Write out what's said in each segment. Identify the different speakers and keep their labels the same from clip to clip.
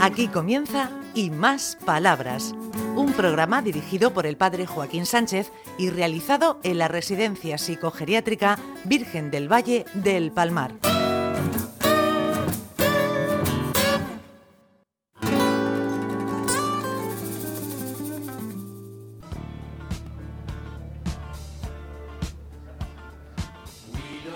Speaker 1: Aquí comienza Y Más Palabras, un programa dirigido por el padre Joaquín Sánchez y realizado en la Residencia Psicogeriátrica Virgen del Valle del Palmar.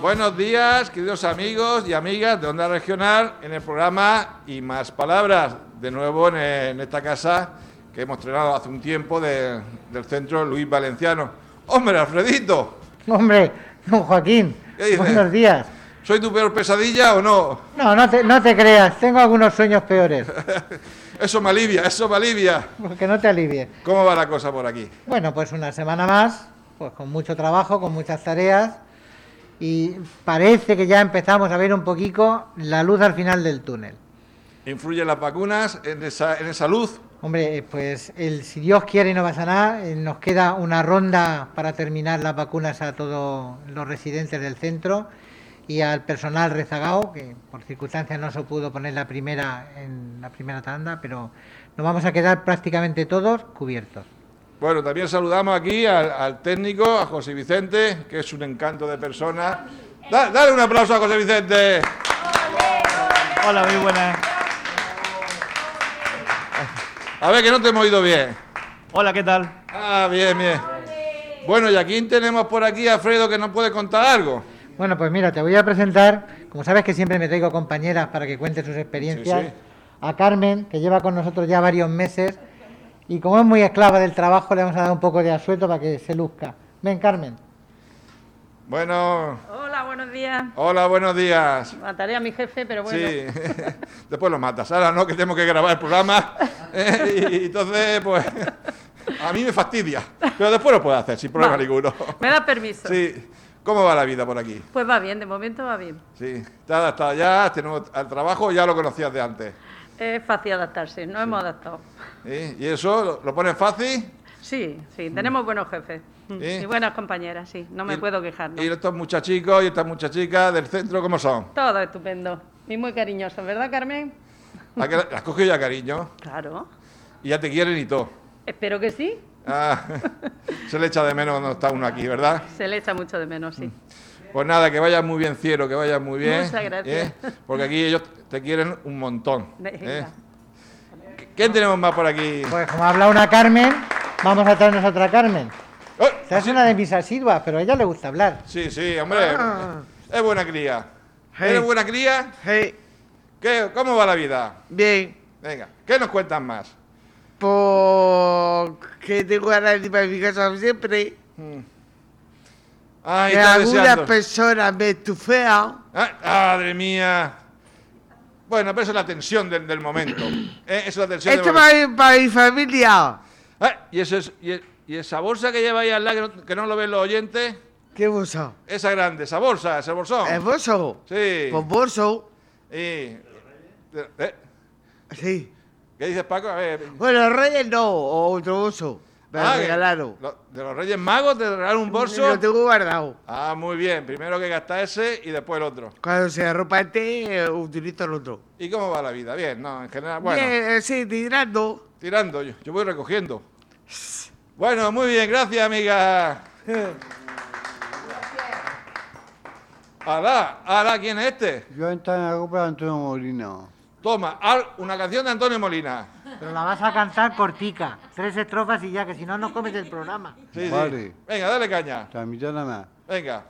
Speaker 2: Buenos días, queridos amigos y amigas de Onda Regional, en el programa Y Más Palabras, de nuevo en, en esta casa que hemos estrenado hace un tiempo de- del centro Luis Valenciano. Hombre, Alfredito,
Speaker 3: Hombre, don Joaquín,
Speaker 2: ¿Qué dices?
Speaker 3: buenos días.
Speaker 2: ¿soy tu peor pesadilla o no?
Speaker 3: No, no te, no te creas, tengo algunos sueños peores,
Speaker 2: Eso me alivia, eso me alivia.
Speaker 3: porque no te alivies.
Speaker 2: ¿Cómo va la cosa por aquí?
Speaker 3: Bueno, pues una semana más, pues con mucho trabajo, con muchas tareas, y parece que ya empezamos a ver un poquito la luz al final del túnel.
Speaker 2: ¿Influyen las vacunas en esa, en esa luz?
Speaker 3: Hombre, pues el, si Dios quiere y no pasa nada, eh, nos queda una ronda para terminar las vacunas a todos los residentes del centro y al personal rezagado, que por circunstancias no se pudo poner la primera en la primera tanda, pero nos vamos a quedar prácticamente todos cubiertos.
Speaker 2: Bueno, también saludamos aquí al, al técnico, a José Vicente, que es un encanto de persona. Da- dale un aplauso a José Vicente.
Speaker 4: Hola, muy buenas.
Speaker 2: A ver, que no te hemos oído bien.
Speaker 4: Hola, ¿qué tal?
Speaker 2: Ah, bien, bien. Bueno, y aquí tenemos por aquí a Alfredo que nos puede contar algo.
Speaker 3: Bueno, pues mira, te voy a presentar, como sabes que siempre me traigo compañeras para que cuente sus experiencias,
Speaker 2: Sí, sí.
Speaker 3: a Carmen, que lleva con nosotros ya varios meses, y como es muy esclava del trabajo, le vamos a dar un poco de asueto para que se luzca. Ven, Carmen.
Speaker 2: Bueno,
Speaker 5: Hola, buenos días.
Speaker 2: hola, buenos días.
Speaker 5: Mataré a mi jefe, pero bueno.
Speaker 2: Sí, después lo matas. Ahora no, que tenemos que grabar el programa. ¿eh? y, entonces, pues, a mí me fastidia. Pero después lo puedo hacer, sin problema
Speaker 5: Vale.
Speaker 2: ninguno.
Speaker 5: ¿Me da permiso?
Speaker 2: Sí, ¿cómo va la vida por aquí?
Speaker 5: Pues va bien, de momento va bien.
Speaker 2: Sí, ¿te has adaptado ya? ¿Tenemos al trabajo? ¿Ya lo conocías de antes?
Speaker 5: Es fácil adaptarse, no hemos adaptado.
Speaker 2: ¿Sí? ¿Y eso lo, lo pones fácil?
Speaker 5: Sí, sí, tenemos buenos jefes
Speaker 2: Sí.
Speaker 5: y buenas compañeras, sí, no me
Speaker 2: Y-
Speaker 5: puedo quejar. ¿no?
Speaker 2: ¿Y estos muchachicos y estas muchachicas del centro cómo son?
Speaker 5: Todo estupendo y muy cariñoso, ¿verdad, Carmen?
Speaker 2: ¿A que ¿Las cogido ya cariño?
Speaker 5: Claro,
Speaker 2: Y ya te quieren y todo.
Speaker 5: espero que sí.
Speaker 2: Ah, se le echa de menos cuando está uno aquí, ¿verdad?
Speaker 5: Se le echa mucho de menos, sí.
Speaker 2: Pues nada, que vayas muy bien, cielo, que vayas muy bien.
Speaker 5: Muchas gracias.
Speaker 2: ¿eh? Porque aquí ellos te quieren un montón. ¿eh?
Speaker 5: Venga.
Speaker 2: ¿Qué- ¿Quién tenemos más por aquí?
Speaker 3: Pues como ha hablado una Carmen, vamos a traernos otra Carmen.
Speaker 2: ¡Oh!
Speaker 3: Esta es una de mis asiduas, pero a ella le gusta hablar.
Speaker 2: Sí, sí, hombre.
Speaker 3: Ah.
Speaker 2: Es buena cría.
Speaker 6: Hey.
Speaker 2: ¿Eres buena cría?
Speaker 6: Hey,
Speaker 2: ¿Qué- ¿Cómo va la vida?
Speaker 6: bien,
Speaker 2: Venga, ¿qué nos cuentas más?
Speaker 6: porque tengo ganas de ir para mi casa siempre.
Speaker 2: Ay,
Speaker 6: que
Speaker 2: está
Speaker 6: algunas
Speaker 2: deseando.
Speaker 6: personas me estufean.
Speaker 2: Ah, madre mía. Bueno, pero eso es la tensión del, del momento. ¿eh? Eso es la tensión
Speaker 6: Esto
Speaker 2: del
Speaker 6: es para,
Speaker 2: momento.
Speaker 6: mi- para mi familia.
Speaker 2: Ah, y, eso es- y, e- y esa bolsa que lleva ahí al lado, que no, que no lo ven los oyentes,
Speaker 6: ¿Qué bolso?
Speaker 2: esa grande, esa bolsa, ese bolsón.
Speaker 6: ¿Es bolso?
Speaker 2: Sí.
Speaker 6: Pues bolso.
Speaker 2: Y- ¿eh?
Speaker 6: Sí.
Speaker 2: ¿Qué dices, Paco? A ver.
Speaker 6: Bueno, Reyes no, o otro bolso. Me lo
Speaker 2: Ah, que-
Speaker 6: regalaron.
Speaker 2: lo- ¿De los Reyes Magos te regalaron un bolso?
Speaker 6: Lo tengo guardado.
Speaker 2: Ah, muy bien. Primero que gasta ese y después el otro.
Speaker 6: Cuando se arropa este, eh, utilizo el otro.
Speaker 2: ¿Y cómo va la vida? Bien, ¿no? En general, bueno.
Speaker 6: Bien, eh, sí, tirando.
Speaker 2: Tirando, yo, yo voy recogiendo. Bueno, muy bien, gracias, amiga. Alá, alá, ¿quién es este?
Speaker 7: Yo entré en la Copa de Antonio Molina.
Speaker 2: Toma, al- una canción de Antonio Molina.
Speaker 3: Pero la vas a cantar cortica, tres estrofas y ya, que si no nos comes el programa.
Speaker 2: Sí, sí.
Speaker 7: Vale.
Speaker 2: Venga, dale caña.
Speaker 7: También nada más.
Speaker 2: Venga.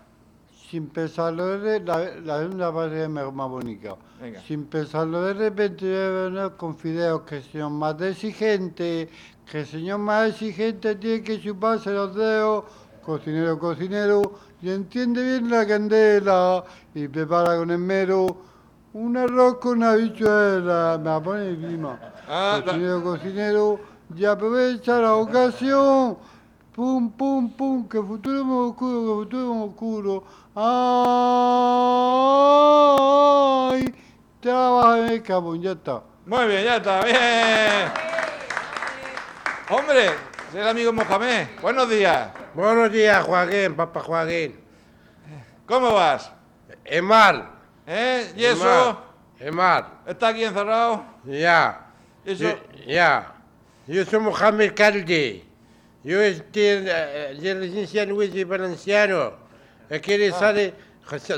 Speaker 7: Sin pesarlo eres, la, la segunda parte es mejor, más bonita.
Speaker 2: Venga.
Speaker 7: Sin pesarlo de repente yo no confideo que el señor más exigente, que el señor más exigente tiene que chuparse los dedos, cocinero, cocinero, y entiende bien la candela y prepara con esmero un arroz con habichuela, me la pone mi prima.
Speaker 2: Ah, la-
Speaker 7: cocinero, cocinero, y aprovecha la ocasión. Pum, pum, pum, que futuro más oscuro, que futuro más oscuro. Ay, trabaja en el campo, ya está.
Speaker 2: Muy bien, ya está, bien. Hombre, es el amigo Mohamed. Buenos días.
Speaker 8: Buenos días, Joaquín, papá Joaquín.
Speaker 2: ¿Cómo vas?
Speaker 8: Es mal.
Speaker 2: ¿Eh? ¿Y
Speaker 8: es mal,
Speaker 2: eso?
Speaker 8: Es mal.
Speaker 2: ¿Está aquí encerrado?
Speaker 8: Ya.
Speaker 2: Eso,
Speaker 8: Yo- ya. Yo soy Mohamed Calde. Yo estoy de licencia en juez valenciano. Aquí le
Speaker 2: Ah.
Speaker 8: sale,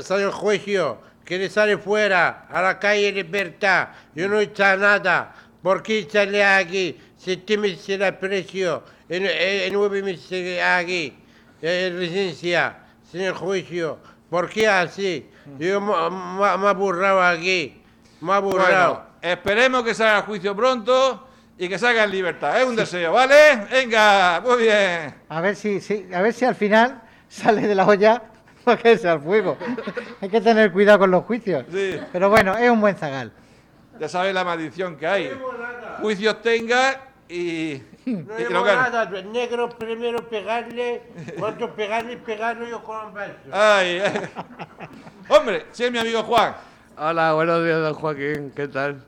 Speaker 8: sale el juicio, que le sale fuera, a la calle Libertad. Yo no he hecho nada. ¿Por qué sale aquí? este Siete meses la precio, en, en nueve meses aquí, eh, en licencia, sin el juicio. ¿Por qué así?
Speaker 2: Mm.
Speaker 8: Yo me me- me he burlado aquí, me he burlado.
Speaker 2: bueno, esperemos que salga a juicio pronto y que salga en libertad. Es un deseo, ¿vale? Venga, muy bien.
Speaker 3: A ver si, si- a ver si al final sale de la olla para que al fuego. Hay que tener cuidado con los juicios.
Speaker 2: Sí.
Speaker 3: Pero bueno, es un buen zagal.
Speaker 2: Ya sabes la maldición que hay. Juicios tenga y,
Speaker 8: No
Speaker 2: y que
Speaker 8: llevo
Speaker 2: lo gane.
Speaker 8: nada, el negro primero pegarle, otro pegarle, pegarlo yo con un beso.
Speaker 2: Ay, eh. Hombre, si es mi amigo Juan,
Speaker 9: Hola, buenos días, don Joaquín. ¿Qué tal?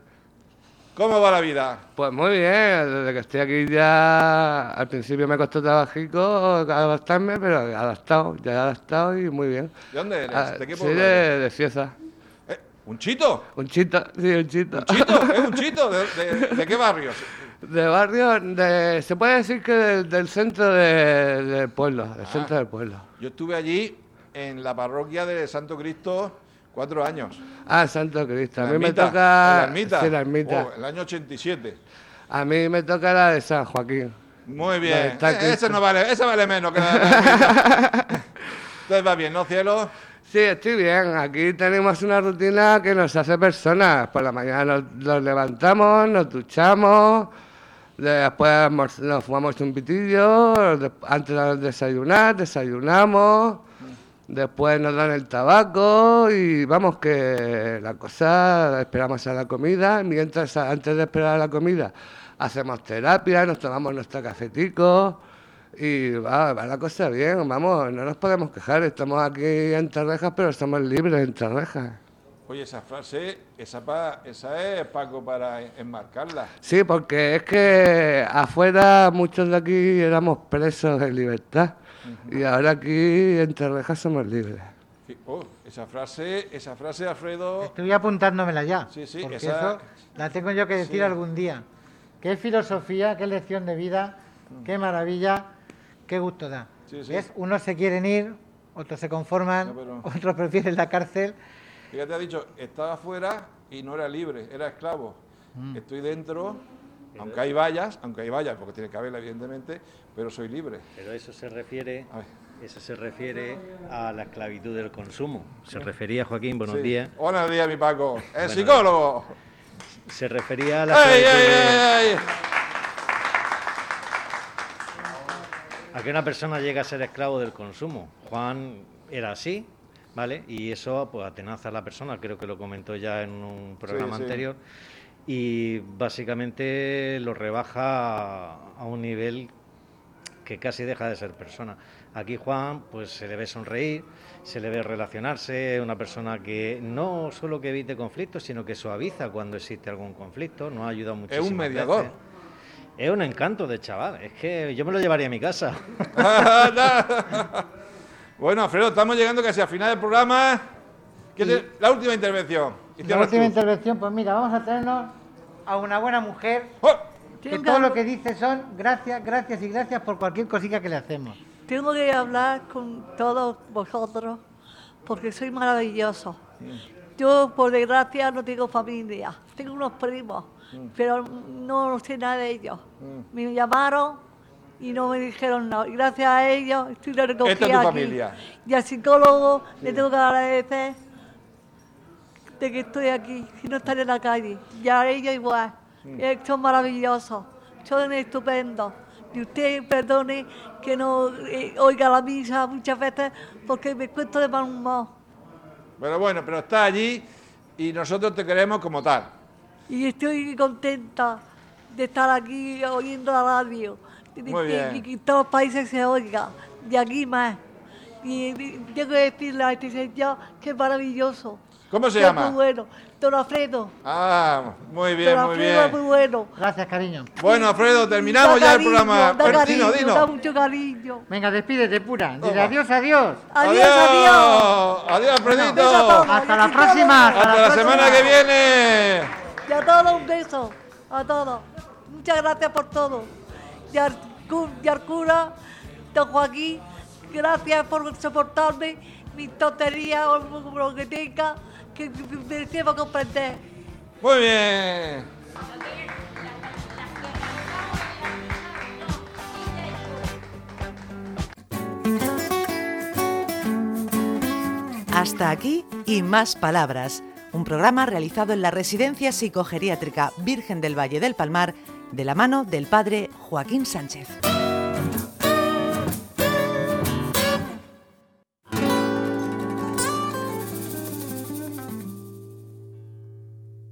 Speaker 2: ¿cómo va la vida?
Speaker 9: Pues muy bien, desde que estoy aquí ya al principio me costó trabajico adaptarme, pero adaptado, ya he adaptado y muy bien.
Speaker 2: ¿De dónde eres?
Speaker 9: Ah,
Speaker 2: ¿De qué
Speaker 9: soy
Speaker 2: pueblo
Speaker 9: de,
Speaker 2: eres?
Speaker 9: de Cieza.
Speaker 2: Eh, ¿Un chito?
Speaker 9: Un chito, sí, un chito.
Speaker 2: ¿Un chito? ¿Es un chito? ¿De, de- de qué barrio?
Speaker 9: De barrio, de, se puede decir que del, del centro de- del pueblo, del
Speaker 2: Ah.
Speaker 9: centro del pueblo.
Speaker 2: Yo estuve allí en la parroquia de Santo Cristo cuatro años.
Speaker 9: Ah, Santo Cristo, a
Speaker 2: La
Speaker 9: mí me
Speaker 2: ermita,
Speaker 9: toca...
Speaker 2: La ermita.
Speaker 9: sí, la ermita.
Speaker 2: Oh, el año 87.
Speaker 9: A mí me toca la de San Joaquín.
Speaker 2: Muy
Speaker 9: Vale,
Speaker 2: bien.
Speaker 9: está
Speaker 2: Eh,
Speaker 9: Cristo.
Speaker 2: esa no vale, esa vale menos que la de la ermita. Entonces va bien, ¿no, cielo?
Speaker 9: Sí, estoy bien. Aquí tenemos una rutina que nos hace personas. Por la mañana nos, nos levantamos, nos duchamos, después almor- nos fumamos un pitillo, de- antes de desayunar, desayunamos, después nos dan el tabaco y vamos que la cosa, esperamos a la comida, mientras antes de esperar a la comida hacemos terapia, nos tomamos nuestro cafetico. Y va, va la cosa bien, vamos, no nos podemos quejar, estamos aquí en Terrejas, pero estamos libres en Terrejas.
Speaker 2: Oye, esa frase, esa, pa- esa es Paco para en- enmarcarla.
Speaker 9: Sí, porque es que afuera muchos de aquí éramos presos en libertad y ahora aquí en Terrejas somos libres.
Speaker 2: Sí, oh, esa frase, esa frase, Alfredo.
Speaker 3: Estoy apuntándomela ya.
Speaker 2: Sí, sí,
Speaker 3: porque
Speaker 2: esa-
Speaker 3: eso la tengo yo que decir
Speaker 2: sí.
Speaker 3: algún día. Qué filosofía, qué lección de vida, qué maravilla, qué gusto da.
Speaker 2: Sí, sí.
Speaker 3: ¿Ves? Unos se quieren ir, otros se conforman,
Speaker 2: No, pero-
Speaker 3: otros prefieren la cárcel.
Speaker 2: Fíjate, ha dicho, estaba fuera y no era libre, era esclavo.
Speaker 10: Mm.
Speaker 2: Estoy dentro, aunque hay vallas, aunque hay vallas, porque tiene que haberla, evidentemente, pero soy libre.
Speaker 10: Pero eso se refiere,
Speaker 2: A ver.
Speaker 10: eso se refiere a la esclavitud del consumo. Se refería, Joaquín, buenos
Speaker 2: Sí.
Speaker 10: días.
Speaker 2: Buenos días, mi Paco. ¡Es psicólogo!
Speaker 10: Se refería a la
Speaker 2: ¡Ay,
Speaker 10: esclavitud
Speaker 2: ay,
Speaker 10: de-
Speaker 2: ay, ay!
Speaker 10: a que una persona llega a ser esclavo del consumo. Juan era así, ¿vale? Y eso pues atenaza a la persona, creo que lo comentó ya en un programa
Speaker 2: Sí, sí.
Speaker 10: anterior. Y básicamente lo rebaja a un nivel que casi deja de ser persona. Aquí Juan, pues se le ve sonreír, se le ve relacionarse, una persona que no solo que evite conflictos, sino que suaviza cuando existe algún conflicto, nos ha ayudado
Speaker 2: Es
Speaker 10: muchísimo.
Speaker 2: un mediador.
Speaker 10: Es un encanto de chaval, es que yo me lo llevaría a mi casa.
Speaker 2: bueno, Alfredo, estamos llegando casi al final del programa. ¿Qué te- La última intervención. Y
Speaker 3: La
Speaker 2: cierras
Speaker 3: última
Speaker 2: tú.
Speaker 3: intervención, pues mira, vamos a traernos a una buena mujer
Speaker 2: ¡Oh!
Speaker 3: que todo lo que dice son gracias, gracias y gracias por cualquier cosita que le hacemos.
Speaker 11: Tengo que hablar con todos vosotros porque soy maravilloso. Yo, por desgracia, no tengo familia. Tengo unos primos, pero no sé nada de ellos.
Speaker 2: Mm.
Speaker 11: Me llamaron y no me dijeron nada. Y Gracias a ellos estoy recogida
Speaker 2: Esta es tu
Speaker 11: aquí.
Speaker 2: familia.
Speaker 11: Y al psicólogo le tengo que agradecer de que estoy aquí, si no estaré en la calle. Y a ella igual.
Speaker 2: Mm.
Speaker 11: Eh, Son maravillosos, son estupendos. Y usted perdone que no eh, oiga la misa muchas veces porque me cuento de mal humor.
Speaker 2: Pero bueno, pero está allí y nosotros te queremos como tal.
Speaker 11: Y estoy contenta de estar aquí oyendo la radio. Y de
Speaker 2: Muy
Speaker 11: que-
Speaker 2: bien.
Speaker 11: y que en todos los países se oiga. Y aquí más. Y, y tengo que decirle a este señor que es maravilloso.
Speaker 2: ¿Cómo se
Speaker 11: que es
Speaker 2: llama?
Speaker 11: Muy bueno. Don Alfredo.
Speaker 2: Ah, muy bien,
Speaker 11: Don
Speaker 2: muy
Speaker 11: Alfredo
Speaker 2: bien.
Speaker 11: es muy bueno.
Speaker 3: Gracias, cariño.
Speaker 2: Bueno, Alfredo, terminamos
Speaker 11: Da
Speaker 2: ya el
Speaker 11: cariño,
Speaker 2: programa.
Speaker 11: Da
Speaker 2: Bueno,
Speaker 11: cariño,
Speaker 2: dino, dino.
Speaker 11: Da mucho cariño.
Speaker 3: Venga, despídete pura. Dile
Speaker 2: Toma.
Speaker 3: adiós, adiós.
Speaker 11: Adiós, adiós.
Speaker 2: Adiós, Alfredito.
Speaker 11: Beso a todos.
Speaker 3: Hasta la
Speaker 11: Adiós, chicos.
Speaker 3: próxima.
Speaker 2: Hasta la semana que viene.
Speaker 11: Y a todos un beso. a todos. Muchas gracias por todo. Y al, cu- y al cura, don Joaquín, gracias por soportarme, mis tonterías o lo que tenga, que me sirva comprender.
Speaker 2: Muy bien.
Speaker 1: Hasta aquí Y Más Palabras, un programa realizado en la Residencia Psicogeriátrica Virgen del Valle del Palmar de la mano del padre Joaquín Sánchez.